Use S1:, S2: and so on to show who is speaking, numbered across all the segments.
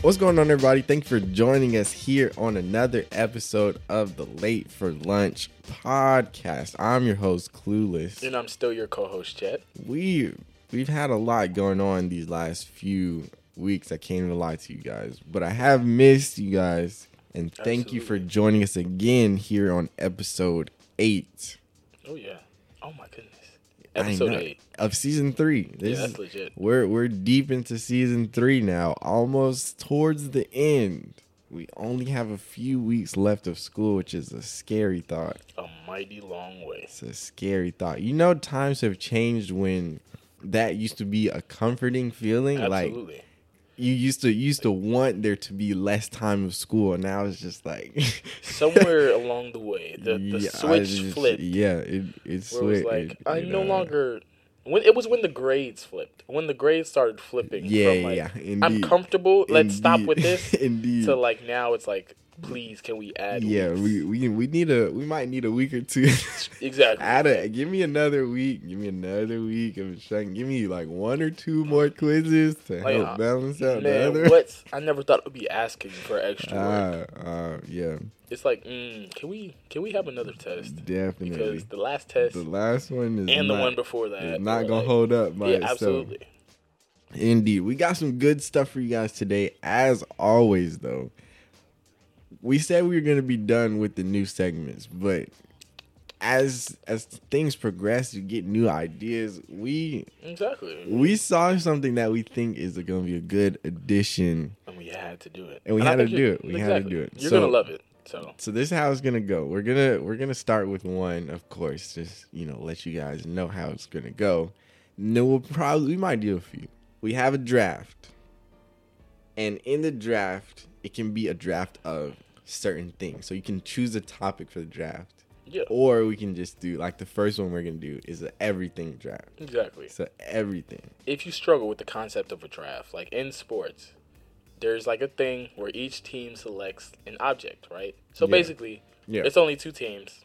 S1: What's going on, everybody? Thank you for joining us here on another episode of the Late for Lunch podcast. I'm your host, Clueless.
S2: And I'm still your co-host, Chet.
S1: We we've had a lot going on these last few weeks. I can't even lie to you guys, but I have missed you guys, and thank you for
S2: Absolutely.
S1: joining us again here on episode eight.
S2: Oh yeah. Oh my goodness.
S1: I
S2: Episode
S1: know,
S2: eight.
S1: of season three. This
S2: Yeah,
S1: is-
S2: that's legit.
S1: We're we're deep into season three now, almost towards the end. We only have a few weeks left of school, which is a scary thought.
S2: A mighty long way.
S1: It's a scary thought. You know, times have changed when that used to be a comforting feeling. Like
S2: Absolutely.
S1: you used to you used to want there to be less time of school. and Now it's just like
S2: Somewhere along the way, the, the
S1: Yeah, I
S2: switch
S1: just-
S2: flipped.
S1: Yeah, it it
S2: Where it was
S1: switched.
S2: like,
S1: it-
S2: I
S1: it,
S2: no
S1: uh,
S2: longer when it was when the grades flipped. When the grades started flipping
S1: Yeah,
S2: from like
S1: yeah.
S2: I'm
S1: indeed.
S2: comfortable, let's stop
S1: Indeed.
S2: with this
S1: Indeed.
S2: to like now it's like please can we add
S1: Yeah,
S2: weeks?
S1: we, we we need a we might need a week or two.
S2: Exactly.
S1: Add a give me another week. Give me another week of shutting. Give me like one or two more quizzes to
S2: Like,
S1: help
S2: uh,
S1: balance out the
S2: Man,
S1: other.
S2: what I never thought it would be asking for extra work.
S1: Ah, ah, yeah,
S2: It's like, mm, can we can we have another test?
S1: definitely.
S2: Because the last test
S1: The last one is
S2: and
S1: not,
S2: the one before that
S1: is not
S2: were,
S1: gonna
S2: like-
S1: hold up by
S2: yeah,
S1: itself.
S2: absolutely.
S1: Indeed. We got some good stuff for you guys today. As always, though, we said we were going to be done with the new segments, but as as things progress, you get new ideas. We
S2: Exactly.
S1: we saw something that we think is going to be a good addition.
S2: And we had to do it.
S1: And we
S2: I
S1: had to
S2: think you-
S1: do it. We had to do it.
S2: You're
S1: So-
S2: gonna love it. So
S1: So this is how it's going to go. We're going to we're going to start with one, of course, just, you know, let you guys know how it's going to go. And then we'll probably we might do a few. We have a draft. And in the draft, it can be a draft of certain things. So you can choose a topic for the draft.
S2: yeah,
S1: Or we can just do like the first one we're gonna do is an everything draft.
S2: exactly.
S1: So everything.
S2: If you struggle with the concept of a draft, like in sports, there's like a thing where each team selects an object, right? So
S1: Yeah.
S2: basically,
S1: Yeah.
S2: it's only two teams,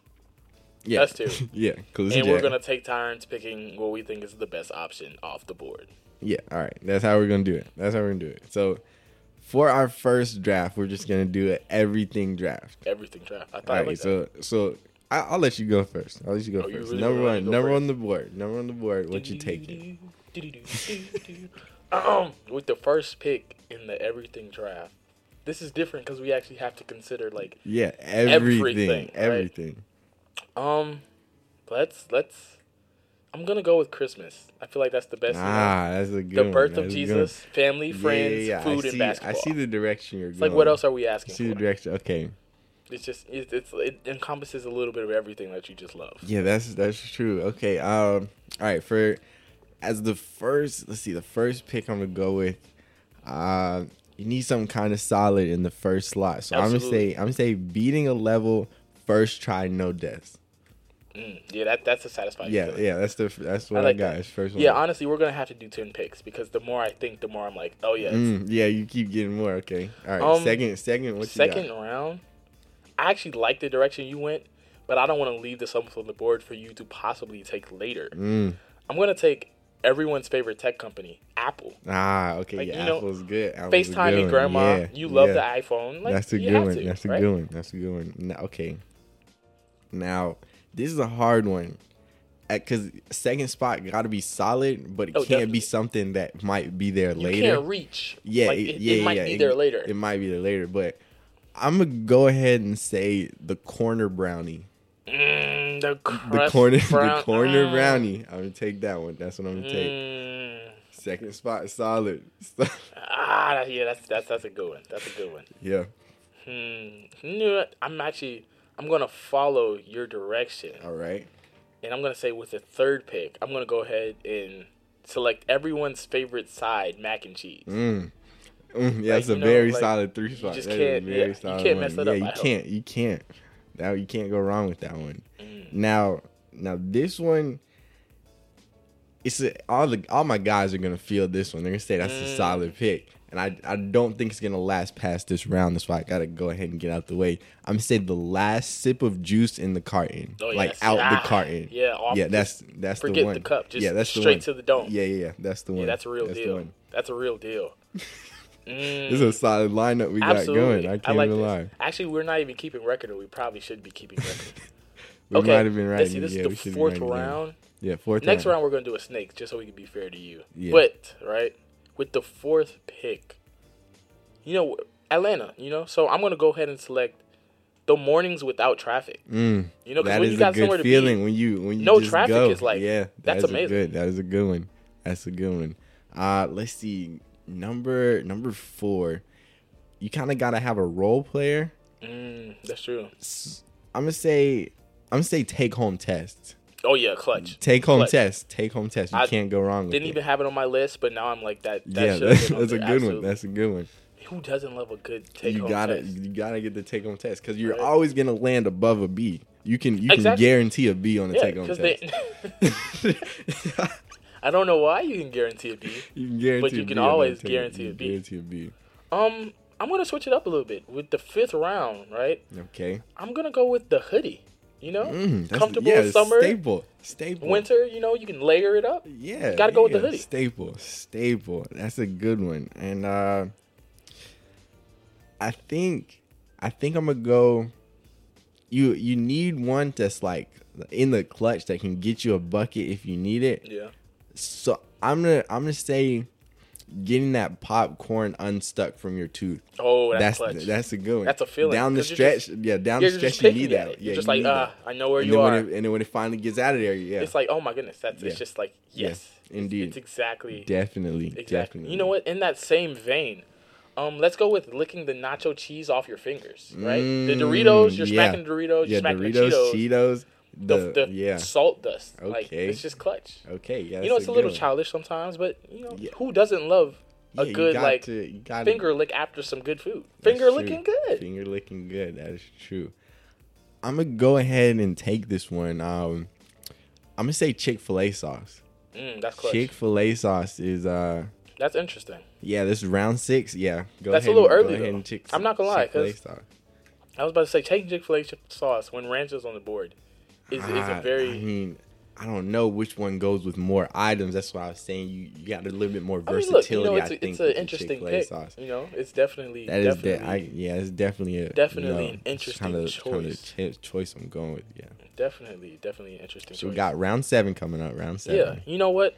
S1: Yeah.
S2: That's two.
S1: yeah. Cause
S2: and we're gonna take turns picking what we think is the best option off the board.
S1: Yeah, all right. That's how we're gonna do it. That's how we're gonna do it. So for our first draft, we're just gonna do an everything draft.
S2: Everything draft. I thought
S1: All
S2: I
S1: right.
S2: liked that.
S1: so so I, I'll let you go first. I'll let you go
S2: Oh, you
S1: first.
S2: really
S1: number
S2: gonna let
S1: one,
S2: me go
S1: number
S2: first?
S1: on the board, number on the board. What you taking?
S2: Um, with the first pick in the everything draft, this is different because we actually have to consider like
S1: Yeah, everything, everything.
S2: Everything, right? um, let's let's. I'm gonna go with Christmas. I feel like that's the best. you know,
S1: Ah, that's a good
S2: the
S1: one.
S2: birth of
S1: That's a good one.
S2: Jesus, family,
S1: Yeah,
S2: friends,
S1: yeah, yeah.
S2: food,
S1: I see,
S2: and basketball.
S1: I see the direction you're
S2: it's
S1: going.
S2: like what else are we
S1: I
S2: asking
S1: see the
S2: for?
S1: direction. Okay.
S2: It's just it's, it's it encompasses a little bit of everything that you just love.
S1: Yeah, that's that's true. Okay. Um. All right. For as the first, let's see, the first pick I'm gonna go with. Uh, you need something kind of solid in the first slot. So I'm gonna
S2: Absolutely.
S1: say I'm gonna say beating a level first try, no deaths.
S2: Mm, yeah, that that's a satisfying.
S1: Yeah,
S2: feeling.
S1: yeah. That's the that's what I,
S2: I like
S1: got.
S2: that.
S1: It's first one.
S2: Yeah, honestly, we're gonna have to do ten picks because the more I think, the more I'm like, oh yeah, it's
S1: Mm, yeah, you keep getting more. Okay. All right.
S2: Um,
S1: second, second. What
S2: second
S1: you got?
S2: round. I actually like the direction you went, but I don't want to leave this up on the board for you to possibly take later.
S1: Mm.
S2: I'm gonna take everyone's favorite tech company, Apple.
S1: Ah, okay.
S2: Like,
S1: yeah,
S2: you know,
S1: Apple's good. Apple's a
S2: FaceTime
S1: good
S2: your
S1: one.
S2: grandma.
S1: Yeah,
S2: you love
S1: yeah.
S2: the iPhone. Like,
S1: That's a
S2: you
S1: good
S2: have
S1: one.
S2: to,
S1: That's a
S2: right?
S1: good one. That's a good one. Now, okay. Now, this is a hard one. Because second spot got to be solid, but it
S2: Oh,
S1: can't be
S2: definitely.
S1: something that might be there
S2: You
S1: later.
S2: can't reach.
S1: yeah,
S2: like,
S1: it,
S2: it,
S1: yeah,
S2: it might
S1: yeah,
S2: be
S1: it-
S2: there later.
S1: It might be there later, but I'm going to go ahead and say the corner brownie.
S2: Mm, the,
S1: The
S2: crust
S1: corner,
S2: brown-
S1: the corner
S2: mm,
S1: brownie. I'm going to take that one. That's what I'm going to take.
S2: mm.
S1: Second spot, solid.
S2: Ah, that- yeah, that's that's that's a good one. That's a good one.
S1: yeah.
S2: Hmm. You know what? I'm actually I'm gonna follow your direction,
S1: All right.
S2: and I'm gonna say with the third pick, I'm gonna go ahead and select everyone's favorite side, mac and cheese.
S1: Mm. Mm, yeah,
S2: Like,
S1: it's a
S2: you know,
S1: very
S2: like,
S1: solid three spot.
S2: just
S1: That is a
S2: can't-
S1: very
S2: yeah, you
S1: solid
S2: can't
S1: one.
S2: mess that
S1: yeah,
S2: up,
S1: you
S2: I hope.
S1: can't. You can't. Now you can't go wrong with that one.
S2: Mm.
S1: Now, now this one, it's a, all the all my guys are gonna feel this one. They're gonna say that's a
S2: Mm.
S1: solid pick, and I I don't think it's gonna last past this round. That's why I gotta go ahead and get out the way. I'm gonna say the last sip of juice in the carton,
S2: Oh,
S1: like
S2: yes.
S1: out
S2: Ah,
S1: the carton.
S2: Yeah, off
S1: yeah,
S2: the-
S1: that's that's the
S2: forget
S1: one.
S2: the cup, just
S1: yeah, that's
S2: straight
S1: the
S2: to
S1: one.
S2: the dome.
S1: Yeah, yeah, yeah, that's the one.
S2: Yeah, that's a real
S1: the
S2: deal.
S1: one.
S2: That's a real deal.
S1: This is a solid lineup we got
S2: Absolutely.
S1: going. I can't
S2: like
S1: even
S2: this.
S1: lie.
S2: Actually, we're not even keeping record, or we probably should be keeping record.
S1: We
S2: okay.
S1: might have been right.
S2: Let's see, this
S1: yeah, we
S2: is the
S1: should be
S2: fourth
S1: writing it down.
S2: round.
S1: Yeah, fourth
S2: Next round, we're going to do a snake just so we can be fair to you.
S1: Yeah.
S2: But, right, with the fourth pick, you know, Atlanta, you know, so I'm going to go ahead and select the mornings without traffic.
S1: Mm.
S2: You know, because
S1: that
S2: when you
S1: is a
S2: got somewhere
S1: good
S2: to
S1: feeling
S2: be,
S1: when you when you
S2: No
S1: just
S2: traffic
S1: go.
S2: is like-
S1: yeah
S2: that's
S1: that's a
S2: amazing.
S1: good that is a good one that's a good one uh let's see number number four you kind of gotta have a role player
S2: mm, that's true.
S1: S- i'm gonna say i'm gonna say take home test
S2: Oh, yeah, clutch.
S1: take home
S2: Clutch.
S1: test take home test you
S2: I
S1: can't go wrong with
S2: Didn't
S1: it.
S2: even have it on my list, but now I'm like, that. that
S1: yeah
S2: should have
S1: that's,
S2: been on
S1: that's a
S2: there,
S1: good one
S2: absolutely.
S1: that's a good one
S2: Who doesn't love a good take
S1: you
S2: home
S1: gotta
S2: test?
S1: you gotta get the take home test because you're
S2: Right.
S1: always gonna land above a b you can you
S2: Exactly.
S1: can guarantee a b on the
S2: Yeah,
S1: take home
S2: because
S1: test
S2: they. I don't know why you can guarantee it, B.
S1: You can guarantee
S2: But you
S1: a
S2: can
S1: B on that
S2: always
S1: table.
S2: guarantee
S1: You
S2: a B.
S1: Guarantee a B.
S2: Um, I'm gonna switch it up a little bit with the fifth round, right?
S1: Okay.
S2: I'm gonna go with the hoodie. You know,
S1: Mm, that's
S2: Oh, comfortable
S1: yeah,
S2: summer,
S1: Staple. Staple.
S2: winter. You know, you can layer it up.
S1: Yeah.
S2: Gotta go with the
S1: yeah,
S2: hoodie.
S1: Staple. Staple. That's a good one. And uh I think I think I'm gonna go you you need one that's like in the clutch that can get you a bucket if you need it.
S2: Yeah.
S1: So I'm gonna I'm gonna say getting that popcorn unstuck from your tooth.
S2: Oh, that's,
S1: that's
S2: clutch.
S1: th- that's a good one.
S2: That's a feeling,
S1: Down the
S2: 'cause you're
S1: stretch,
S2: just-
S1: yeah, down
S2: yeah,
S1: the
S2: you're just
S1: stretch, you
S2: picking
S1: need
S2: at
S1: that.
S2: it.
S1: Yeah,
S2: You're
S1: you
S2: just like,
S1: need
S2: ah,
S1: that.
S2: I know where
S1: and
S2: you
S1: then
S2: are.
S1: When it, and then when it finally gets out of there, yeah,
S2: It's like, oh my goodness, that's it's
S1: Yeah.
S2: just like
S1: Yeah.
S2: yes, It's-
S1: Indeed.
S2: It's exactly
S1: definitely,
S2: exactly.
S1: definitely.
S2: You know what? In that same vein, um, let's go with licking the nacho cheese off your fingers, right? the
S1: Mm,
S2: Doritos, you're
S1: yeah.
S2: smacking the Doritos,
S1: Yeah,
S2: you're smacking
S1: Doritos,
S2: the Cheetos,
S1: Cheetos,
S2: the,
S1: the,
S2: the
S1: yeah,
S2: salt dust. Like
S1: Okay.
S2: it's just clutch.
S1: okay, yeah.
S2: you know,
S1: that's
S2: it's a little
S1: good one.
S2: childish sometimes, but you know,
S1: Yeah.
S2: who doesn't love
S1: Yeah,
S2: a
S1: you
S2: good
S1: got
S2: like
S1: to- you gotta-
S2: finger lick after some good food?
S1: that's
S2: Finger
S1: true.
S2: licking good.
S1: Finger licking good. That is true. I'm gonna go ahead and take this one. Um, I'm gonna say Chick Fil A sauce.
S2: Mm, that's clutch.
S1: Chick Fil A sauce is uh.
S2: That's interesting.
S1: Yeah, this is round six. Yeah, go
S2: That's a
S1: ahead
S2: little
S1: and-
S2: early,
S1: Go ahead
S2: though.
S1: and chick-
S2: I'm not gonna lie,
S1: Chick-fil-A
S2: 'cause
S1: style.
S2: I was about to say taking Chick Fil A sauce when ranch is on the board is, is
S1: I-
S2: a very.
S1: Ah, I mean, I don't know which one goes with more items. That's why I was saying you, you got a little bit more
S2: I mean,
S1: versatility. I,
S2: look, you know, it's, a,
S1: think
S2: it's
S1: with
S2: an
S1: the
S2: interesting
S1: Chick-fil-A
S2: pick.
S1: sauce.
S2: You know, it's definitely
S1: That is
S2: definitely
S1: de- I, yeah, it's definitely a
S2: Definitely
S1: you
S2: an
S1: know,
S2: interesting
S1: kind of,
S2: choice.
S1: Kind of choice I'm going with. Yeah,
S2: definitely definitely an interesting.
S1: so we
S2: choice.
S1: got round seven coming up. Round
S2: Yeah,
S1: seven.
S2: you know what?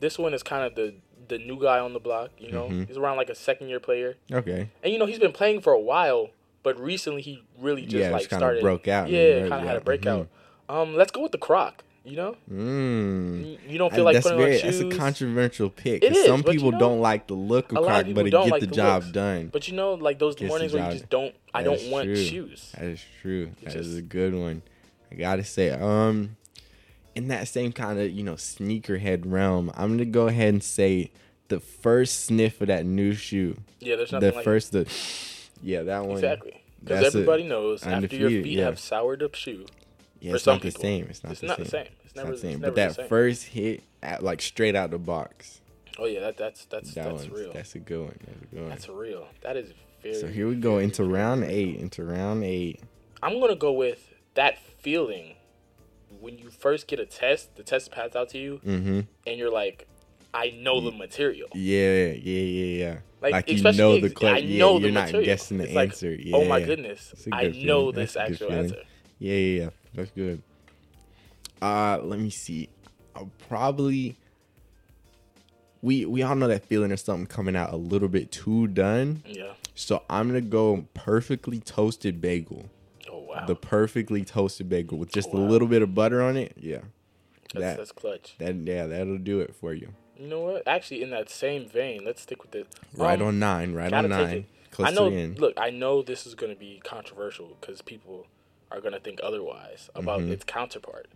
S2: This one is kind of the the new guy on the block. You know,
S1: Mhm.
S2: he's around like a second year player,
S1: Okay.
S2: and you know he's been playing for a while, but recently he really just
S1: Yeah, it's
S2: like
S1: kinda
S2: started
S1: broke out and
S2: Yeah,
S1: really-
S2: kind of had
S1: yeah,
S2: a breakout. Um, let's go with the Croc. You know,
S1: Mm.
S2: you you don't
S1: I-
S2: feel like
S1: that's
S2: putting
S1: very
S2: on shoes.
S1: that's a controversial pick.
S2: It
S1: 'cause
S2: is,
S1: some
S2: but you
S1: people
S2: know,
S1: don't like the look of
S2: a lot of
S1: Croc,
S2: people
S1: but it
S2: don't
S1: get
S2: like
S1: the
S2: the
S1: job
S2: looks.
S1: done.
S2: but you know, like those
S1: the
S2: mornings where you
S1: job-
S2: just don't. I
S1: that
S2: don't
S1: is
S2: want
S1: true.
S2: shoes.
S1: That is true. That is
S2: just-
S1: a good one. I gotta say, um, in that same kind of you know sneakerhead realm, I'm gonna go ahead and say the first sniff of that new shoe,
S2: Yeah, there's nothing
S1: the
S2: like
S1: first, the yeah, that one.
S2: exactly because
S1: That's it.
S2: everybody knows after your
S1: Undefeated,
S2: feet
S1: yeah.
S2: have soured up shoe,
S1: Yeah,
S2: for
S1: it's
S2: some
S1: not the
S2: people.
S1: same. It's not,
S2: it's
S1: the,
S2: not
S1: same.
S2: the same. It's
S1: It's not
S2: never
S1: the same.
S2: It's never
S1: But
S2: the
S1: that
S2: same.
S1: first hit, at, like straight out the box,
S2: oh yeah, that, that's that's
S1: that
S2: that's
S1: one,
S2: real.
S1: that's a good one. That's a good one.
S2: That's real. That is very.
S1: so here we go into round eight. Into round eight.
S2: I'm gonna go with that feeling when you first get a test. The test passed out to you,
S1: Mm-hmm.
S2: and you're like, I know the material.
S1: Yeah, yeah, yeah, yeah.
S2: Like,
S1: Like, you
S2: especially
S1: know the
S2: ex-
S1: clutch.
S2: I
S1: yeah,
S2: know the
S1: you're not
S2: material.
S1: guessing the
S2: It's like,
S1: answer. yeah.
S2: oh my goodness,
S1: It's a
S2: I
S1: good feeling.
S2: know
S1: That's
S2: this
S1: a good
S2: actual
S1: feeling.
S2: answer.
S1: Yeah, yeah, yeah. That's good. Uh, let me see. I'll probably. We we all know that feeling of something coming out a little bit too done.
S2: Yeah.
S1: So I'm gonna go perfectly toasted bagel.
S2: Oh wow. Oh,
S1: The perfectly toasted bagel with just
S2: Wow.
S1: a little bit of butter on it. Yeah.
S2: that's, Um,
S1: that-
S2: that's clutch.
S1: That yeah, that'll do it for you.
S2: You know what? Actually, in that same vein, let's stick with it.
S1: Right
S2: Um,
S1: on nine. Right
S2: gotta
S1: on
S2: take
S1: nine.
S2: it.
S1: Close
S2: I know.
S1: to the end.
S2: Look, I know this is going to be controversial because people are going to think otherwise about
S1: Mm-hmm.
S2: its counterpart.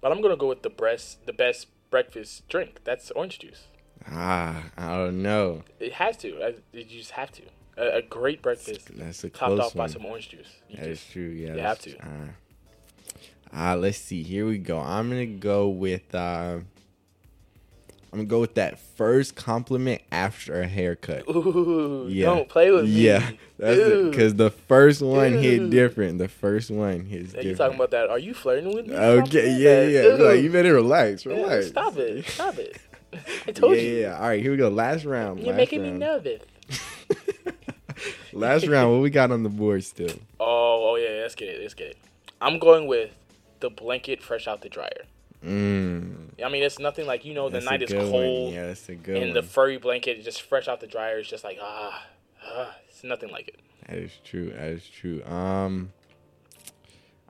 S2: But I'm going to go with the breast, the best breakfast drink. That's orange juice.
S1: Ah, I don't know.
S2: It has to. I, you just have to. A, a great breakfast
S1: That's a
S2: topped
S1: close
S2: off
S1: one.
S2: by some orange juice. You
S1: That is
S2: just-
S1: true. Yeah,
S2: you
S1: that's-
S2: have to.
S1: Uh, uh, let's see. Here we go. I'm gonna go with. Uh, I'm gonna go with that first compliment after a haircut.
S2: Ooh,
S1: Yeah.
S2: don't play with me.
S1: Yeah, that's it.
S2: Ooh.
S1: Because the first one
S2: Ew.
S1: hit different. The first one hits
S2: Now
S1: different.
S2: you talking about that? Are you flirting with me?
S1: Okay, yeah, yeah.
S2: Ooh.
S1: Like, you better relax,
S2: Yeah,
S1: relax.
S2: Stop it! Stop it! I told
S1: yeah,
S2: you.
S1: yeah. All right, here we go. Last round.
S2: You're
S1: last
S2: making me
S1: round.
S2: nervous.
S1: Last round, what we got on the board still?
S2: Oh, oh yeah, let's get it. Let's get it. I'm going with the blanket fresh out the dryer.
S1: Mm,
S2: I mean, it's nothing like you know the
S1: that's a
S2: night is
S1: good one.
S2: cold
S1: Yeah, that's a good
S2: and
S1: one.
S2: the furry blanket just fresh out the dryer is just like ah, ah it's nothing like it.
S1: That is true. That is true. Um,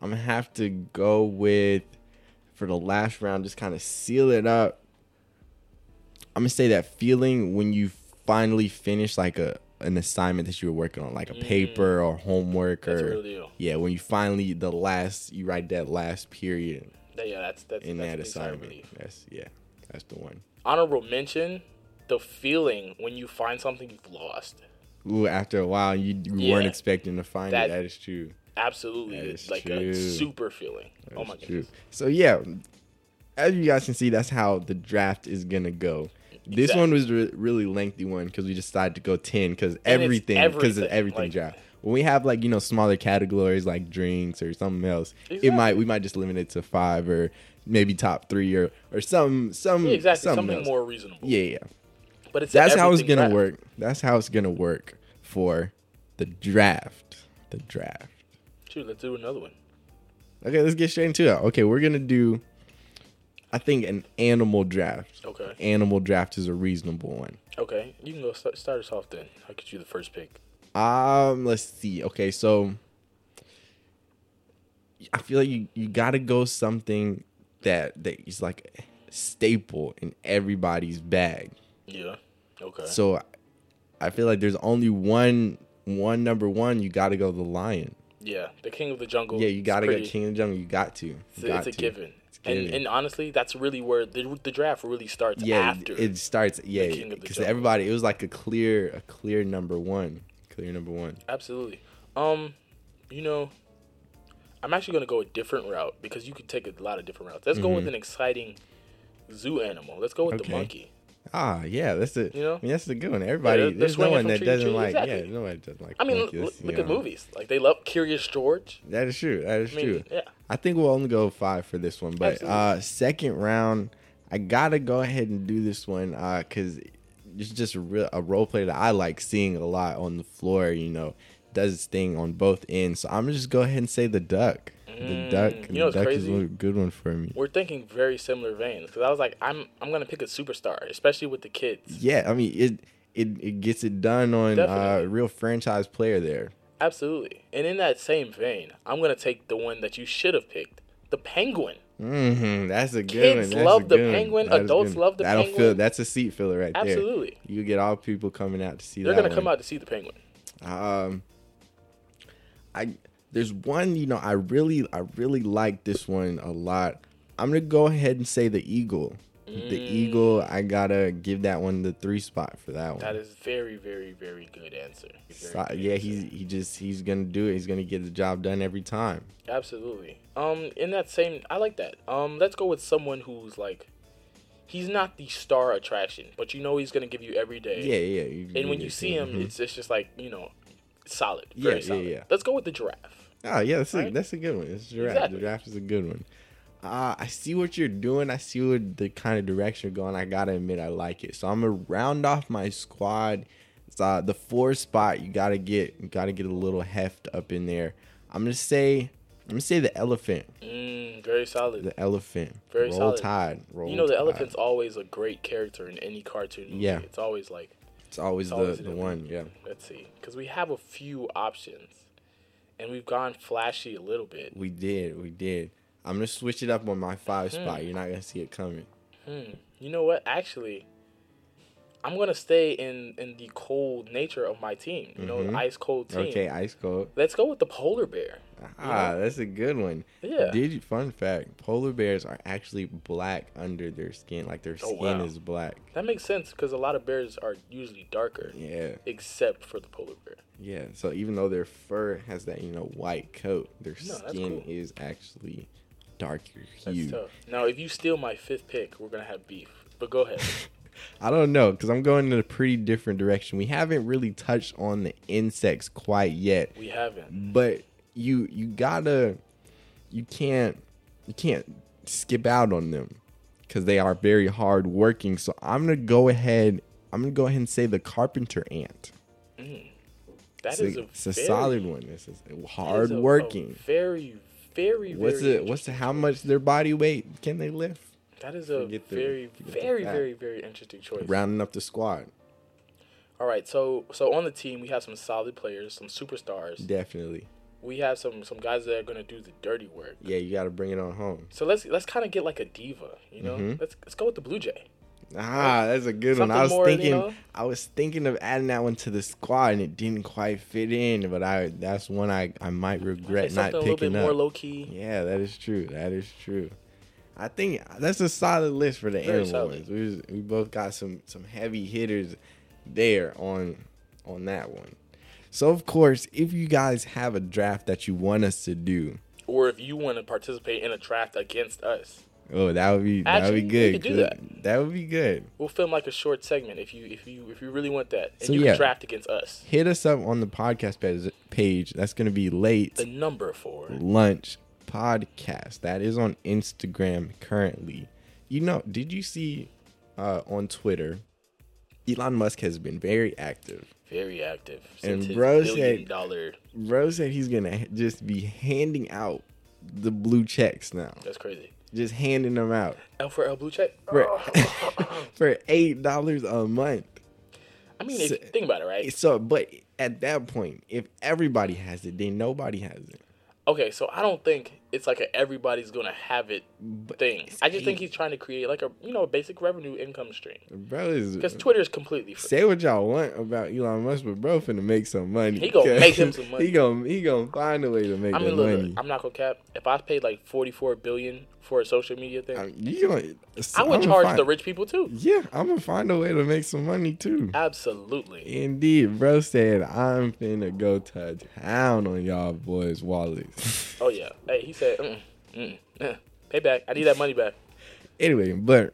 S1: I'm gonna have to go with for the last round, just kind of seal it up. I'm gonna say that feeling when you finally finish like a an assignment that you were working on, like a paper or homework,
S2: Mm. That's a
S1: or
S2: real deal.
S1: yeah, when you finally the last you write that last period
S2: That- yeah, that's that's
S1: in
S2: that's a
S1: that
S2: big sigh of
S1: assignment.
S2: relief.
S1: That's yeah, that's the one.
S2: Honorable mention: the feeling when you find something you've lost.
S1: Ooh, after a while, you, you weren't
S2: Yeah.
S1: expecting to find
S2: That-
S1: it. That is true.
S2: Absolutely,
S1: That
S2: it's
S1: is
S2: like
S1: true.
S2: a super feeling. oh
S1: That's
S2: my
S1: true.
S2: goodness.
S1: So yeah, as you guys can see, that's how the draft is gonna go. This
S2: Exactly.
S1: one was a re- really lengthy one because we decided to go ten because
S2: And it's
S1: everything because of
S2: everything,
S1: everything
S2: like-
S1: draft. When we have like you know smaller categories like drinks or something else,
S2: Exactly.
S1: it might we might just limit it to five or maybe top three or or some some
S2: Yeah, exactly,
S1: something,
S2: something,
S1: else.
S2: more reasonable.
S1: Yeah, yeah.
S2: but it's a
S1: That's how it's
S2: everything
S1: gonna
S2: wrap.
S1: work. That's how it's gonna work for the draft. The draft.
S2: Shoot, let's do another one.
S1: Okay, let's get straight into it. Okay, we're gonna do, I think, an animal draft.
S2: Okay,
S1: Animal draft is a reasonable one.
S2: okay, you can go start, start us off then. I could you the first pick.
S1: Um, let's see. Okay, so I feel like you, you gotta go something that that is like a staple in everybody's bag.
S2: Yeah. Okay.
S1: So I feel like there's only one one number one. You gotta go the lion.
S2: yeah, the king of the jungle.
S1: Yeah, you
S2: is
S1: gotta go
S2: pretty-
S1: king of the jungle. You got to. You
S2: It's,
S1: got
S2: it's a
S1: to.
S2: given.
S1: given.
S2: And, and honestly, that's really where the, the draft really starts
S1: yeah,
S2: after.
S1: it starts. Yeah,
S2: King of the
S1: because
S2: Jungle.
S1: everybody, it was like a clear, a clear number one, clear number one.
S2: Absolutely. Um, you know, I'm actually gonna go a different route because you could take a lot of different routes. Let's go with an exciting zoo animal. Let's go with
S1: Mm-hmm. Okay.
S2: the monkey.
S1: Ah, yeah, that's it.
S2: You know?
S1: I mean, that's the good one. Everybody,
S2: they're
S1: there's no
S2: swinging
S1: one
S2: from
S1: that
S2: tree to
S1: doesn't
S2: tree,
S1: like.
S2: exactly.
S1: Yeah, no one doesn't like.
S2: I mean,
S1: monkeys,
S2: look,
S1: you
S2: look at
S1: know.
S2: movies. Like they love Curious George.
S1: That is true. That is
S2: I mean,
S1: true.
S2: yeah.
S1: I think we'll only go five for this one, but
S2: Absolutely.
S1: uh second round, I gotta go ahead and do this one uh because it's just a, real, a role play that I like seeing a lot on the floor. You know, does its thing on both ends. So I'm gonna just go ahead and say the duck. The
S2: Mm,
S1: duck.
S2: you know what's
S1: the duck
S2: crazy?
S1: is a good one for me.
S2: We're thinking very similar veins because I was like, I'm I'm gonna pick a superstar, especially with the kids.
S1: Yeah, I mean it. It, it gets it done on uh,
S2: Definitely.
S1: a real franchise player there.
S2: Absolutely. And in that same vein, I'm gonna take the one that you should have picked, the penguin.
S1: hmm that's a good
S2: Kids
S1: one. That's a
S2: love the
S1: good one.
S2: penguin,
S1: That is
S2: adults
S1: good.
S2: love the
S1: That'll Fill,
S2: penguin.
S1: that's a seat filler right there.
S2: Absolutely.
S1: You get all people coming out to see
S2: They're
S1: that
S2: gonna come
S1: one.
S2: out to see the penguin.
S1: Um, I there's one you know I really I really like this one a lot. I'm gonna go ahead and say the eagle. The
S2: Mm.
S1: eagle, I gotta give that one the three spot for that one.
S2: Mm, That is very, very, very good answer. Very
S1: So-
S2: good
S1: yeah,
S2: answer.
S1: he's he just he's gonna do it. He's gonna get the job done every time.
S2: absolutely. Um, in that same, I like that. Um, let's go with someone who's like, he's not the star attraction, but you know he's gonna give you every day.
S1: Yeah, yeah. you-
S2: And when you see him,
S1: mhm.
S2: it's it's just like you know, solid.
S1: Yeah,
S2: Very
S1: yeah,
S2: solid.
S1: yeah.
S2: Let's go with the giraffe.
S1: Oh yeah, that's a,
S2: Right?
S1: that's a good one. It's giraffe.
S2: Exactly.
S1: Giraffe is a good one. Uh, I see what you're doing. I see what the kind of direction you're going. I gotta admit, I like it. So I'm gonna round off my squad. It's uh, the four spot. You gotta get you gotta get a little heft up in there. I'm gonna say I'm gonna say the elephant.
S2: Mm, very solid.
S1: The elephant.
S2: Very
S1: Roll
S2: solid.
S1: Tide. Roll
S2: you know, the
S1: Tide.
S2: elephant's always a great character in any cartoon. Movie.
S1: Yeah.
S2: it's always like
S1: It's always,
S2: always
S1: the,
S2: an
S1: the
S2: elephant.
S1: one. Yeah.
S2: let's see, because we have a few options, and we've gone flashy a little bit.
S1: We did. We did. I'm gonna switch it up on my five spot. You're not gonna see it coming.
S2: Hmm. You know what? Actually, I'm gonna stay in in the cold nature of my team. You know, the
S1: Mhm.
S2: ice cold team.
S1: Okay, ice cold.
S2: Let's go with the polar bear.
S1: Ah, that's a good one.
S2: Yeah.
S1: Did you, fun fact: polar bears are actually black under their skin, like their
S2: Oh,
S1: skin
S2: wow.
S1: is black.
S2: That makes sense because a lot of bears are usually darker,
S1: Yeah,
S2: except for the polar bear.
S1: yeah. So even though their fur has that you know white coat, their
S2: No, that's
S1: skin
S2: cool.
S1: is actually darker
S2: That's
S1: hue.
S2: tough. Now, if you steal my fifth pick, we're gonna have beef. But go ahead.
S1: I don't know because I'm going in a pretty different direction. We haven't really touched on the insects quite yet.
S2: we haven't.
S1: but you you gotta you can't you can't skip out on them because they are very hard working so i'm gonna go ahead i'm gonna go ahead and say the carpenter ant
S2: That
S1: It's a,
S2: is a,
S1: it's a
S2: very-
S1: solid one. This is
S2: that is
S1: hard
S2: a- a
S1: working.
S2: very, very,
S1: What's
S2: very.
S1: it? What's the,
S2: interesting
S1: how
S2: choice.
S1: much their body weight can they lift?
S2: That is a
S1: Forget the-
S2: very,
S1: forget the
S2: very,
S1: fat.
S2: very, very interesting choice.
S1: Rounding up the squad,
S2: All right, so so on the team we have some solid players, some superstars.
S1: definitely.
S2: We have some some guys that are gonna do the dirty work.
S1: Yeah, you got to bring it on home.
S2: So let's let's kind of get like a diva, you know.
S1: Mm-hmm.
S2: Let's let's go with the Blue Jay.
S1: Ah, that's a good one.
S2: Something
S1: I was
S2: more, you
S1: thinking,
S2: know?
S1: I was thinking of adding that one to the squad, and it didn't quite fit in. But I, that's one I, I might regret
S2: It's
S1: not
S2: something a little bit
S1: picking
S2: more
S1: up.
S2: low key.
S1: Yeah, that is true. That is true. I think that's a solid list for the
S2: Very
S1: animal
S2: solid.
S1: ones. We, was, we both got some some heavy hitters there on on that one. So of course, if you guys have a draft that you want us to do,
S2: Or if you want to participate in a draft against us,
S1: oh, that would be
S2: Actually,
S1: that would be
S2: we
S1: good.
S2: could do
S1: 'cause
S2: that.
S1: that would be good.
S2: we'll film like a short segment if you if you if you really want that, and
S1: So,
S2: you
S1: yeah.
S2: can draft against us.
S1: Hit us up on the podcast page. page. That's going to be late.
S2: The number four.
S1: lunch podcast that is on instagram currently you know did you see uh on twitter elon musk has been very active
S2: very active.
S1: And
S2: Since his
S1: bro said-
S2: billion dollar.
S1: bro said he's gonna just be handing out the blue checks now
S2: That's crazy.
S1: just handing them out
S2: L for L blue check.
S1: for, for eight dollars a month
S2: I mean, if you
S1: So-
S2: think about it, right?
S1: so but at that point if everybody has it then nobody has it
S2: Okay, so I don't think it's like a everybody's gonna have it thing.
S1: it's
S2: I just think
S1: eight.
S2: he's trying to create like a you know a basic revenue income stream
S1: bro is
S2: because Twitter's completely free.
S1: Say what y'all want about Elon Musk, but bro finna make some money.
S2: He gonna make him some money.
S1: He gonna he gonna find a way to make
S2: I mean,
S1: that
S2: look,
S1: money.
S2: I'm not gonna cap. If I paid like 44 billion for a social media thing,
S1: I'm, you gonna,
S2: I would
S1: I'ma
S2: charge
S1: find,
S2: the rich people too.
S1: Yeah, I'm gonna find a way to make some money too.
S2: Absolutely.
S1: Indeed, bro said I'm finna go to town on y'all boys' wallets.
S2: Oh yeah. Hey, he said, mm, mm, eh, pay back. I need that money back.
S1: anyway, but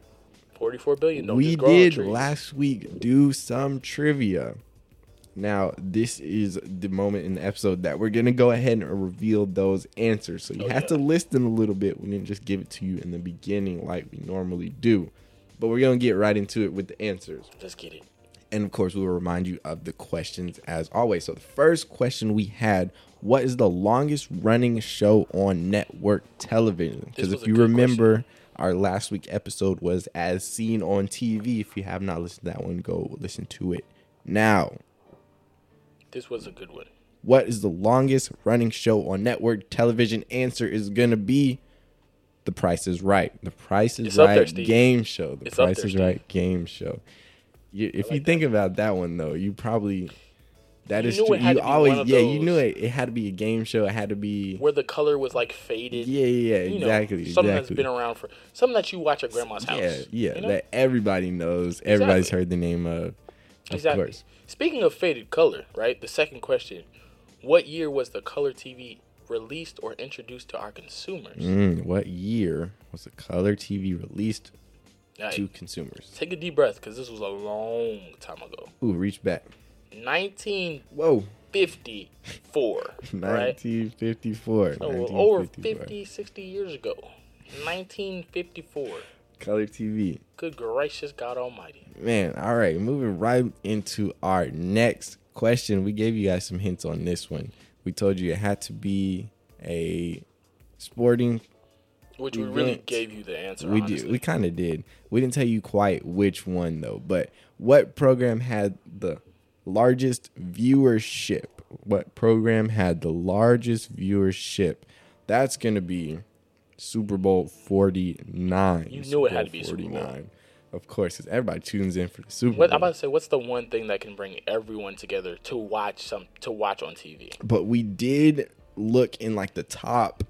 S2: 44 billion. Don't
S1: we
S2: just grow on
S1: did
S2: trees.
S1: last week do some trivia. Now, this is the moment in the episode that we're going to go ahead and reveal those answers. So you
S2: Oh,
S1: have
S2: yeah.
S1: to list them a little bit. We didn't just give it to you in the beginning like we normally do. But we're going to get right into it with the answers.
S2: Just get it.
S1: And of course, we will remind you of the questions as always. So the first question we had what is the longest running show on network television?
S2: This
S1: Because
S2: was
S1: if
S2: a
S1: you
S2: good
S1: remember, our last week episode was as seen on TV. If you have not listened to that one, go listen to it now.
S2: This was a good one.
S1: What is the longest running show on network television? Answer is gonna be The Price is Right. The Price is
S2: It's up
S1: Right
S2: there, Steve.
S1: game show. The
S2: It's up
S1: Price
S2: there,
S1: is
S2: Steve.
S1: Right game show. You, if you think about that one though, you probably that
S2: You
S1: is
S2: knew
S1: true.
S2: it had
S1: You
S2: to be one
S1: always
S2: of
S1: yeah, you
S2: those-
S1: knew it. It had to be a game show. It had to be
S2: Where the color was like faded.
S1: yeah, yeah, yeah,
S2: you know,
S1: exactly,
S2: something
S1: exactly.
S2: that's been around for something that you watch at grandma's house.
S1: yeah, yeah,
S2: you know?
S1: that everybody knows. Everybody's
S2: Exactly.
S1: heard the name of. Of
S2: exactly.
S1: course.
S2: Speaking of faded color, right? The second question: What year was the color TV released or introduced to our consumers?
S1: Mm, what year was the color TV released
S2: Alright,
S1: to consumers?
S2: Take a deep breath, because this was a long time ago.
S1: Ooh, reach back.
S2: Nineteen
S1: Whoa.
S2: fifty-four, right?
S1: 1954.
S2: Oh, well, over
S1: 1954.
S2: 50, 60 years ago. 1954.
S1: Color TV.
S2: Good gracious God Almighty.
S1: Man, all right, moving right into our next question. We gave you guys some hints on this one. We told you it had to be a sporting.
S2: Which
S1: We
S2: we, really
S1: went-
S2: gave you the answer.
S1: We
S2: honestly.
S1: did, we kind of did. We didn't tell you quite which one though, but what program had the largest viewership? What program had the largest viewership? That's going to be Super Bowl 49.
S2: You
S1: Super
S2: knew it had
S1: Bowl
S2: to be Super Bowl.
S1: Of course, 'cause everybody tunes in for the Super
S2: What
S1: Bowl.
S2: I'm about to say, what's the one thing that can bring everyone together to watch some to watch on TV?
S1: but we did look in like the top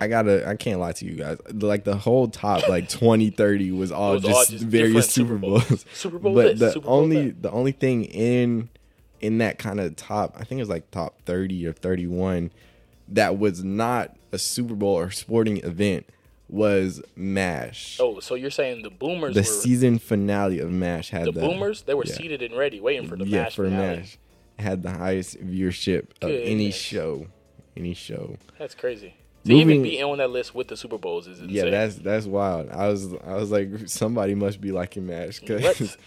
S1: i gotta i can't lie to you guys like the whole top like 20 30 was all
S2: was all
S1: just,
S2: just different
S1: various super
S2: Super Bowls.
S1: bowls
S2: Super Bowl
S1: but
S2: this,
S1: the
S2: Super Bowl
S1: only the only thing in in that kind of top i think it was like top 30 or 31 that was not a super bowl or sporting event was mash
S2: Oh, so you're saying the boomers
S1: the
S2: were
S1: season finale of mash had
S2: the
S1: that.
S2: boomers? They were
S1: yeah.
S2: seated and ready, waiting for the
S1: yeah,
S2: match.
S1: for
S2: finale.
S1: MASH had the highest viewership of any
S2: Goodness.
S1: show, any show.
S2: That's crazy. To even
S1: Moving-
S2: be on that list with the Super Bowls is insane.
S1: Yeah, that's that's wild. I was I was like, somebody must be liking MASH
S2: What?
S1: because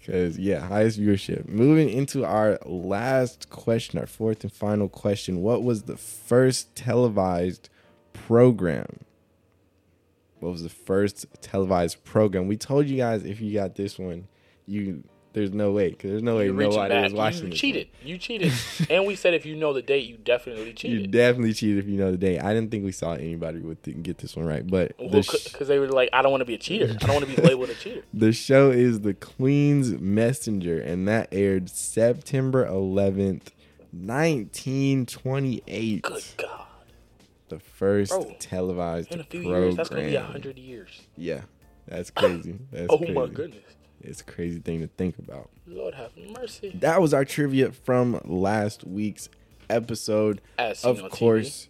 S1: Because, yeah, highest viewership. Moving into our last question, our fourth and final question. What was the first televised program? What was the first televised program? We told you guys if you got this one, you there's no way. 'cause there's no way
S2: You're reaching
S1: nobody
S2: back.
S1: was watching
S2: you
S1: this
S2: cheated. You cheated. and we said if you know the date, you definitely
S1: one. You
S2: cheated.
S1: definitely cheated if you know the day. I didn't think we saw anybody with didn't get this one right, but the, sh-
S2: Because they were like, I don't want to be a cheater. I don't want to be labeled a cheater.
S1: the show is The Queen's Messenger, and that aired September 11th, 1928.
S2: Good God.
S1: the first
S2: Bro,
S1: televised
S2: In a few
S1: program.
S2: years, that's going to be 100 years.
S1: Yeah, that's crazy. That's
S2: oh,
S1: crazy.
S2: my goodness.
S1: It's a crazy thing to think about.
S2: Lord have mercy.
S1: That was our trivia from last week's episode.
S2: As seen
S1: Of
S2: on TV.
S1: course,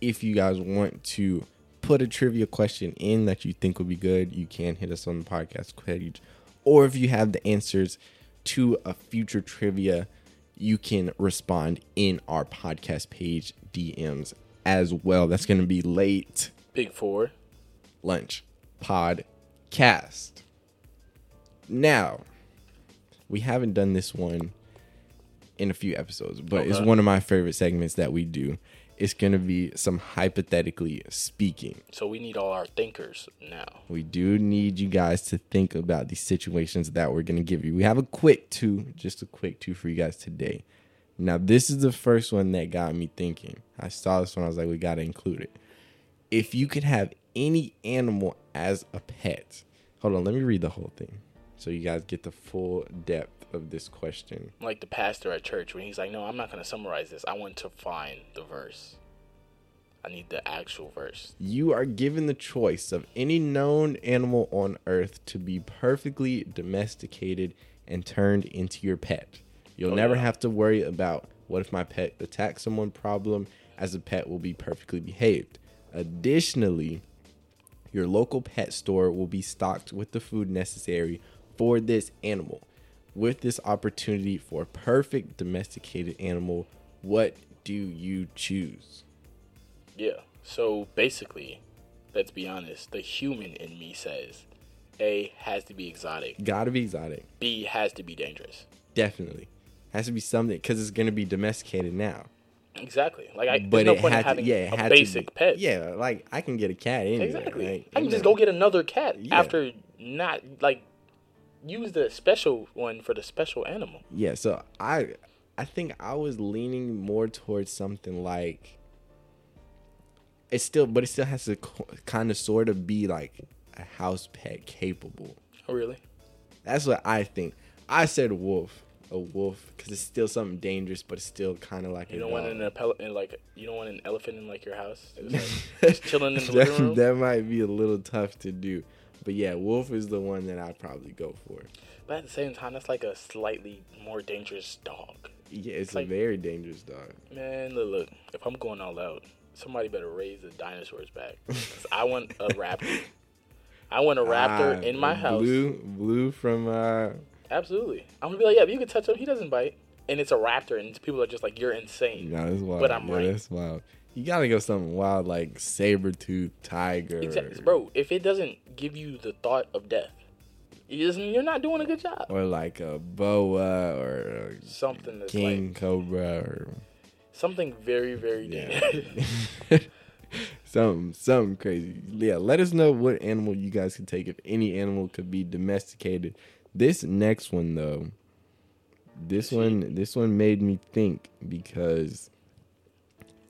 S1: if you guys want to put a trivia question in that you think would be good, you can hit us on the podcast page. Or if you have the answers to a future trivia, you can respond in our podcast page DMs as well. That's going to be late
S2: Big Four.
S1: lunch podcast. Now, we haven't done this one in a few episodes, but it's
S2: Okay.
S1: one of my favorite segments that we do. It's going to be some hypothetically speaking.
S2: So we need all our thinkers now.
S1: We do need you guys to think about the situations that we're going to give you. We have a quick two, just a quick two for you guys today. Now, this is the first one that got me thinking. I saw this one, I was like, we got to include it. If you could have any animal as a pet, hold on, let me read the whole thing so you guys get the full depth of this question.
S2: Like the pastor at church when he's like, no, I'm not going to summarize this. I want to find the verse. I need the actual verse.
S1: You are given the choice of any known animal on earth to be perfectly domesticated and turned into your pet. You'll
S2: Oh,
S1: never
S2: yeah.
S1: have to worry about what if my pet attacks someone problem, as the pet will be perfectly behaved. Additionally, your local pet store will be stocked with the food necessary for this animal. With this opportunity for a perfect domesticated animal, what do you choose?
S2: Yeah. So basically, let's be honest, the human in me says A has to be exotic,
S1: Gotta be exotic.
S2: B has to be dangerous.
S1: Definitely. Has to be something because it's gonna be domesticated now.
S2: Exactly. Like I
S1: But
S2: there's no
S1: it
S2: point in
S1: had
S2: having
S1: yeah, it
S2: a
S1: had
S2: basic
S1: to be,
S2: pet.
S1: Yeah, like I can get a cat anywhere.
S2: Exactly.
S1: Like,
S2: I can just go get another cat
S1: Yeah.
S2: after not like use the special one for the special animal.
S1: Yeah, so I I think I was leaning more towards something like it's still but it still has to kind of sort of be like a house pet capable.
S2: Oh really?
S1: That's what I think. I said wolf, a wolf because it's still something dangerous, but it's still kind of like
S2: You
S1: a
S2: don't want
S1: dog.
S2: an ele- in, like you don't want an elephant in like your house. It's like, just chilling in the
S1: that,
S2: living room.
S1: that might be a little tough to do. But yeah, Wolf is the one that I'd probably go for.
S2: But at the same time, that's like a slightly more dangerous dog.
S1: Yeah, it's
S2: Like-
S1: a very dangerous dog.
S2: Man, look, look. If I'm going all out, somebody better raise the dinosaurs back. 'Cause I want a raptor. I want a raptor
S1: Ah,
S2: in my house.
S1: Blue, blue from uh
S2: Absolutely. I'm gonna be like, yeah, you can touch him. He doesn't bite. And it's a raptor, and people are just like, you're insane.
S1: no, that's wild.
S2: But I'm
S1: Yeah,
S2: right.
S1: That's wild. You gotta go something wild like saber tooth tiger.
S2: Exactly, bro. If it doesn't give you the thought of death, you just- you're not doing a good job.
S1: Or like a boa or a
S2: Something that's
S1: king
S2: like
S1: cobra or
S2: something very, very dangerous.
S1: Yeah. something, something crazy. Yeah, let us know what animal you guys could take if any animal could be domesticated. This next one though, this one, this one made me think because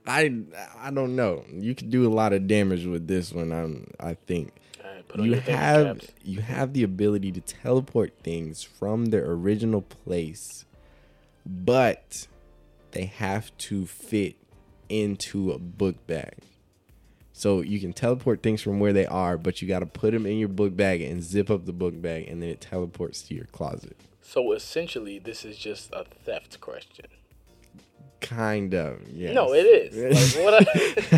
S1: I I don't know. You could do a lot of damage with this one. I'm I think
S2: All right, put on
S1: you
S2: your thinking
S1: have
S2: caps.
S1: you have the ability to teleport things from their original place, but they have to fit into a book bag. So you can teleport things from where they are, but you got to put them in your book bag and zip up the book bag, and then it teleports to your closet.
S2: So essentially, this is just a theft question.
S1: Kind of, yes.
S2: No, it is. Like, what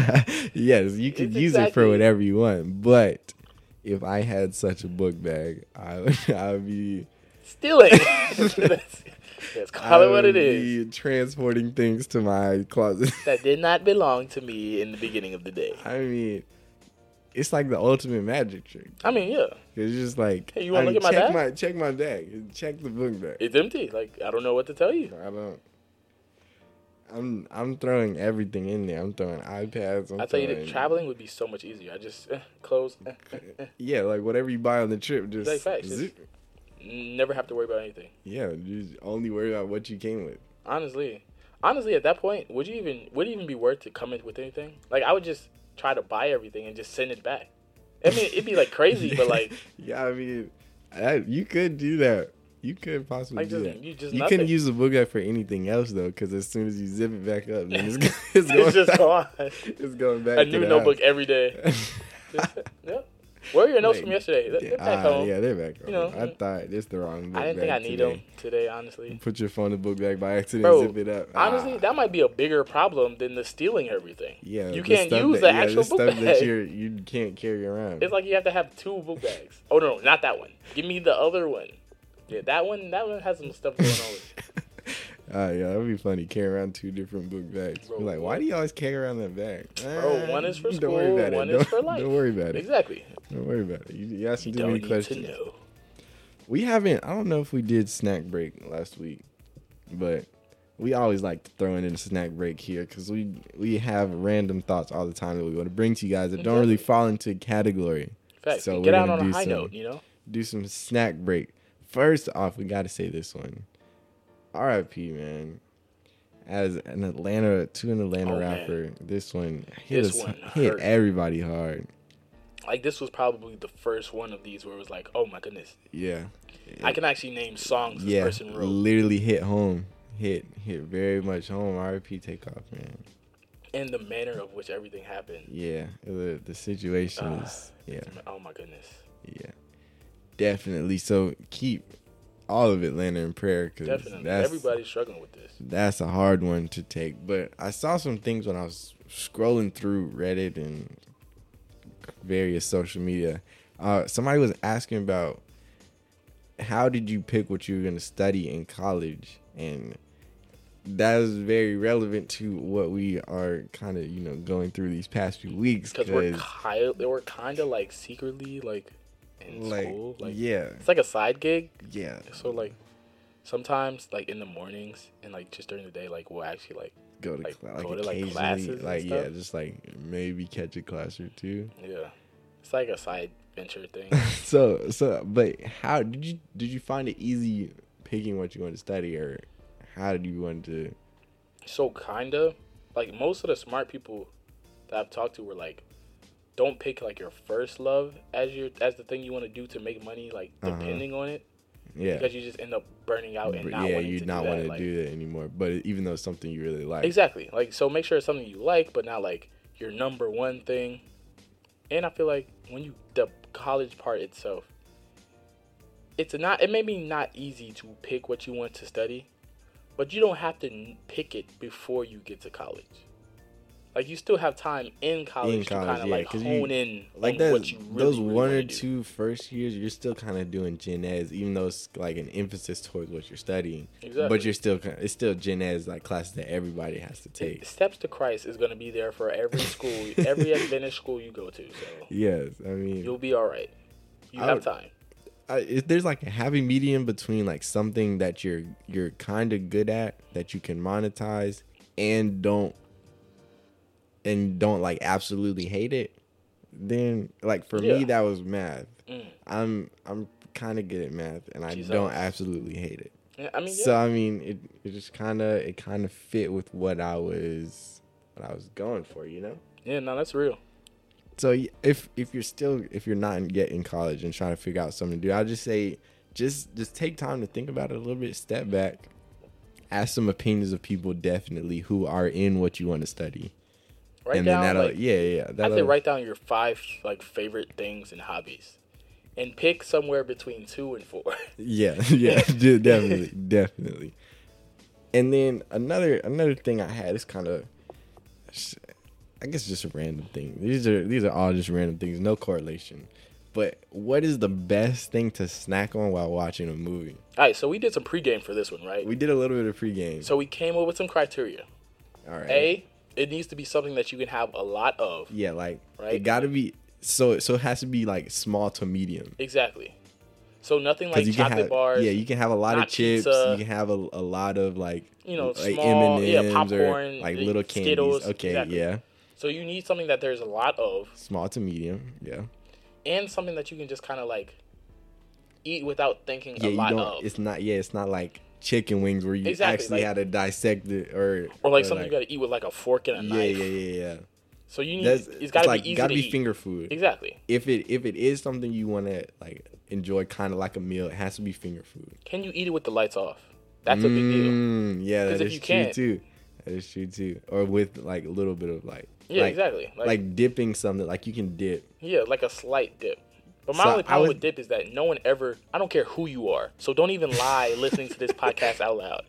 S2: I-
S1: yes, you can
S2: It's
S1: use it
S2: exactly-
S1: for whatever you want, but if I had such a book bag, I would, I would be
S2: Still ain't. Let's- Let's call it what it
S1: would
S2: is.
S1: be Transporting things to my closet.
S2: That did not belong to me in the beginning of the day.
S1: I mean, it's like the ultimate magic trick.
S2: I mean, yeah,
S1: It's just like
S2: Hey, you wanna
S1: I
S2: look at my
S1: check
S2: bag?
S1: my check my bag, check the book bag.
S2: it's empty. Like I don't know what to tell you.
S1: I don't. I'm I'm throwing everything in there. I'm throwing iPads. I'm
S2: I tell you that
S1: throwing-
S2: traveling would be so much easier. I just eh, clothes, eh,
S1: Yeah, like whatever you buy on the trip, just
S2: Like facts,
S1: zip.
S2: never have to worry about anything.
S1: yeah. You just only worry about what you came with.
S2: Honestly, honestly, at that point, would you even would it even be worth to come in with anything? Like I would just try to buy everything and just send it back. I mean, it'd be like crazy, but like
S1: yeah, I mean, I, you could do that. You could possibly
S2: Like,
S1: do
S2: just-
S1: that.
S2: you just
S1: couldn't
S2: nothing.
S1: use the book bag for anything else though, because as soon as you zip it back up, then it's, go- it's going
S2: it's just
S1: back,
S2: gone.
S1: It's going back.
S2: A
S1: to
S2: new
S1: the
S2: notebook
S1: house.
S2: every day. yeah. Where are your notes
S1: Like,
S2: from yesterday? They're,
S1: yeah,
S2: they're back
S1: ah,
S2: home.
S1: yeah, they're back home.
S2: know, mm.
S1: I thought it's the wrong. Book
S2: I didn't think I
S1: bag
S2: need
S1: today.
S2: them today, honestly.
S1: Put your phone in the book bag by accident,
S2: Bro,
S1: zip it up.
S2: Honestly,
S1: Ah.
S2: that might be a bigger problem than the stealing everything.
S1: Yeah,
S2: you
S1: the
S2: can't
S1: stuff
S2: use
S1: that-
S2: the
S1: yeah,
S2: actual book
S1: stuff
S2: bag.
S1: that you're, you can't carry around.
S2: It's like you have to have two book bags. Oh no, not that one. Give me the other one. Yeah, that one. That one has some stuff going on. with it.
S1: Ah, yeah, that'd be funny. Carry around two different book bags.
S2: Bro,
S1: Be like, why
S2: what?
S1: do you always carry around that bag?
S2: Bro, one is for
S1: Ah,
S2: school, one
S1: it.
S2: is for
S1: Don't-
S2: life.
S1: Don't worry about it.
S2: Exactly.
S1: Don't worry about it. You, you asking
S2: You
S1: too
S2: don't
S1: many
S2: need
S1: questions.
S2: to know.
S1: We haven't. I don't know if we did snack break last week, but we always like to throw in a snack break here because we we have random thoughts all the time that we want to bring to you guys that don't really fall into a category.
S2: Facts.
S1: So
S2: get
S1: we're
S2: out
S1: gonna
S2: on a
S1: do
S2: high
S1: some-
S2: note. You know.
S1: do some snack break. First off, we got to say this one. RIP, man. As an Atlanta, to an Atlanta
S2: Oh, man.
S1: rapper, this one hit
S2: This
S1: us,
S2: one
S1: hit
S2: hurt.
S1: everybody hard.
S2: Like this was probably the first one of these where it was like, oh my goodness,
S1: Yeah,
S2: I can actually name songs this
S1: yeah.
S2: person wrote.
S1: Literally hit home, hit hit very much home. RIP, takeoff, man.
S2: and the manner of which everything happened.
S1: Yeah, the the situation
S2: Ah,
S1: is yeah,
S2: Oh my goodness.
S1: yeah, definitely. So keep all of Atlanta in prayer because
S2: Definitely.
S1: that's
S2: Everybody's struggling with this.
S1: that's a hard one to take. But I saw some things when I was scrolling through Reddit and various social media. Uh, somebody was asking about how did you pick what you were going to study in college, and that is very relevant to what we are kind of you know going through these past few weeks
S2: Because we're kind, we're kind of like secretly like in
S1: like,
S2: school. Like
S1: yeah,
S2: it's like a side gig.
S1: yeah,
S2: So like sometimes like in the mornings and like just during the day, like we'll actually like
S1: go to
S2: like,
S1: cla- like
S2: go to, like,
S1: occasionally,
S2: classes and
S1: like yeah,
S2: stuff.
S1: just like maybe catch a class or two.
S2: yeah, it's like a side venture thing.
S1: so so but how did you did you find it easy picking what you want to study or how did you want to
S2: so kinda like most of the smart people that I've talked to were like, don't pick like your first love as your as the thing you want to do to make money. Like
S1: Uh-huh.
S2: depending on it,
S1: yeah
S2: because you just end up burning out and
S1: but
S2: not
S1: yeah
S2: wanting
S1: you
S2: to
S1: not
S2: do that.
S1: want to
S2: like,
S1: do that anymore but even though it's something you really like
S2: Exactly. Like so make sure it's something you like, but not like your number one thing. And I feel like when you the college part itself, it's not it may be not easy to pick what you want to study, but you don't have to n- pick it before you get to college. Like you still have time in
S1: college,
S2: college, to kind of
S1: yeah,
S2: like
S1: 'cause
S2: hone
S1: you-
S2: in
S1: like
S2: on
S1: that,
S2: what you really,
S1: those
S2: really
S1: one
S2: wanna
S1: or
S2: do.
S1: two first years you're still kind of doing gen eds even though it's like an emphasis towards what you're studying
S2: Exactly.
S1: but you're still kind it's still gen eds like classes that everybody has to take
S2: Steps to Christ is going to be there for every school, every Adventist school you go to. So
S1: yes i mean
S2: you'll be all right. You
S1: I
S2: have
S1: would-
S2: time.
S1: I, if there's like a happy medium between like something that you're you're kind of good at that you can monetize and don't and don't like absolutely hate it then like for me
S2: Yeah.
S1: that was math
S2: Mm.
S1: i'm i'm kind of good at math and i
S2: Jesus.
S1: don't absolutely hate it
S2: Yeah, I mean, yeah.
S1: so i mean it, it just kind of it kind of fit with what i was what i was going for you know
S2: Yeah, no, that's real.
S1: so y- if if you're still if you're not in, yet in college and trying to figure out something to do, I just say just just take time to think about it a little bit, step back, ask some opinions of people definitely who are in what you want to study,
S2: Write
S1: and
S2: down
S1: then that'll
S2: like
S1: yeah yeah
S2: I
S1: that'll
S2: say write down your five like favorite things and hobbies, and pick somewhere between two and four.
S1: yeah yeah de- definitely definitely. And then another another thing I had is kind of, I guess just a random thing. These are these are all just random things, no correlation. But what is the best thing to snack on while watching a movie?
S2: All right, so we did some pregame for this one, right?
S1: We did a little bit of pregame.
S2: so we came up with some criteria.
S1: All right.
S2: A, it needs to be something that you can have a lot of.
S1: yeah, like it
S2: Right.
S1: got to be So so it has to be like small to medium.
S2: Exactly. So nothing
S1: 'Cause
S2: like
S1: you can
S2: chocolate
S1: have
S2: bars.
S1: yeah, you can have a lot of
S2: not
S1: chips.
S2: pizza.
S1: You can have a, a lot of like
S2: You know,
S1: like
S2: small-
S1: M&Ms
S2: yeah,
S1: or
S2: popcorn,
S1: like
S2: uh,
S1: little candies.
S2: Skittles,
S1: okay,
S2: exactly.
S1: yeah,
S2: So you need something that there's a lot of,
S1: small to medium. Yeah,
S2: and something that you can just kind of like eat without thinking
S1: yeah,
S2: a
S1: you
S2: lot
S1: don't.
S2: of,
S1: It's not yeah, it's not like chicken wings where you
S2: Exactly,
S1: actually
S2: like-
S1: had to dissect it or
S2: or like something you got to eat with like a fork and a
S1: yeah,
S2: knife.
S1: yeah, yeah,
S2: So you
S1: yeah.
S2: need
S1: That's
S2: it's got to
S1: like
S2: be easy
S1: gotta
S2: to
S1: be
S2: eat.
S1: finger food.
S2: Exactly.
S1: If it if it is something you want to like enjoy, kind of like a meal, it has to be finger food.
S2: Can you eat it with the lights off? That's a big deal.
S1: Mm, yeah,
S2: 'Cause
S1: that
S2: if
S1: is
S2: you
S1: true
S2: can't-
S1: too. That is true too. Or with like a little bit of like
S2: Yeah,
S1: like,
S2: exactly. Like,
S1: like, dipping something. Like you can dip.
S2: yeah, like a slight dip. But my
S1: So
S2: only
S1: I
S2: problem
S1: was-
S2: with dip is that no one ever. I don't care who you are, so don't even lie listening to this podcast out loud.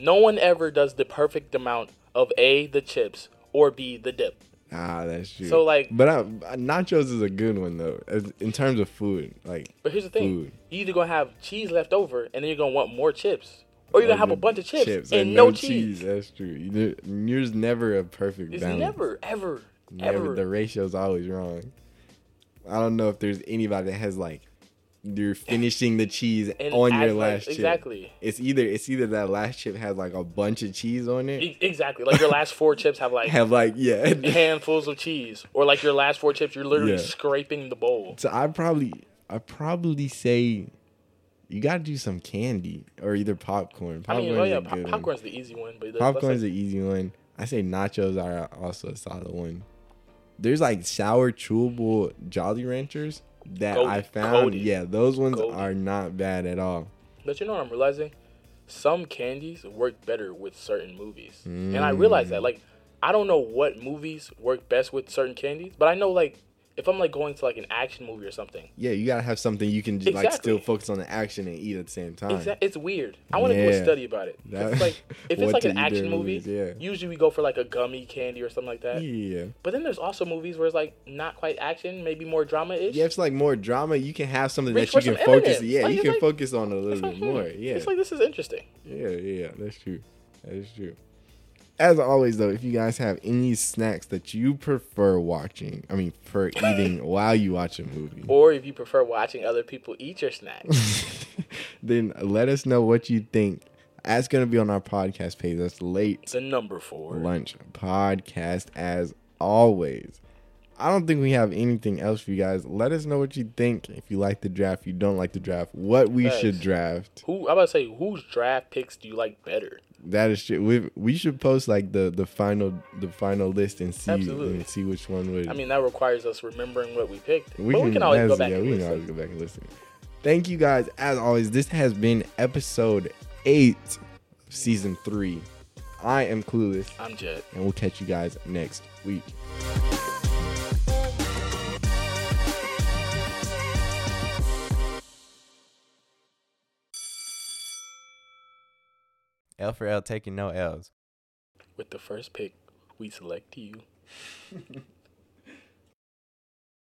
S2: No one ever does the perfect amount of a the chips or b the dip.
S1: Ah, that's true.
S2: So, like-
S1: but I, nachos is a good one though. As, in terms of food, like
S2: But here's the thing:
S1: Food.
S2: you either gonna have cheese left over, and then you're gonna want more chips, or you're gonna have a
S1: with
S2: bunch of chips, and, no, cheese.
S1: That's true. You do- Yours never a perfect
S2: It's
S1: balance.
S2: never, ever,
S1: Never-
S2: ever.
S1: The ratio's always wrong. I don't know if there's anybody that has like you're finishing the cheese
S2: And
S1: on your
S2: as, like,
S1: last chip.
S2: exactly.
S1: It's either it's either that last chip has like a bunch of cheese on it.
S2: E- Exactly. Like your last four chips have like
S1: Have like yeah.
S2: handfuls of cheese, or like your last four chips, you're literally
S1: Yeah.
S2: scraping the bowl.
S1: so I probably I probably say you gotta do some candy or either popcorn.
S2: I
S1: Popcorn's
S2: mean, oh yeah,
S1: a
S2: pop-
S1: good one.
S2: popcorn's the easy one, but let's-
S1: Popcorn's
S2: let's
S1: an easy one. I say nachos are also a solid one. There's like sour chewable Jolly Ranchers that
S2: Goated,
S1: I found.
S2: goated,
S1: Yeah, those ones
S2: goated.
S1: are not bad at all.
S2: but you know what I'm realizing? Some candies work better with certain movies, and I realize
S1: Mm.
S2: that. Like, I don't know what movies work best with certain candies, but I know like if I'm like going to like an action movie or something,
S1: Yeah, you gotta have something you can just like
S2: Exactly.
S1: still focus on the action and eat at the same time.
S2: Exa- it's weird. I want to do
S1: Yeah.
S2: a study about it. 'Cause
S1: That-
S2: it's like if it's
S1: What
S2: like
S1: to
S2: an
S1: eat
S2: action
S1: during
S2: movie,
S1: movies, yeah.
S2: usually we go for like a gummy candy or something like that.
S1: Yeah.
S2: But then there's also movies where it's like not quite action, maybe more drama ish.
S1: Yeah, if it's like more drama, you can have something
S2: Reach
S1: that
S2: for
S1: you can
S2: some
S1: focus.
S2: M&Ms.
S1: Yeah,
S2: Like,
S1: you
S2: it's
S1: can
S2: like-
S1: focus on a little
S2: it's like,
S1: bit
S2: hmm,
S1: more. Yeah.
S2: It's like this is interesting.
S1: Yeah, yeah, that's true. That's true. As always, though, if you guys have any snacks that you prefer watching, I mean, for eating while you watch a movie,
S2: Or if you prefer watching other people eat your snacks.
S1: then let us know what you think. That's going to be on our podcast page. That's late
S2: the number four.
S1: lunch podcast, as always. I don't think we have anything else for you guys. Let us know what you think. If you like the draft, you don't like the draft, what we
S2: Facts.
S1: should draft.
S2: Who I'm about to say whose draft picks do you like better?
S1: That is shit. We we should post like the the final the final list and see
S2: Absolutely.
S1: and see which one would.
S2: I mean that requires us remembering what we picked. but we can always go
S1: that's-
S2: back
S1: yeah,
S2: and
S1: we can
S2: listen.
S1: always go back and listen. Thank you guys as always. This has been episode eight, of season three. I am clueless,
S2: I'm Jed.
S1: and we'll catch you guys next week. L for L taking no L's.
S2: With the first pick, we select you.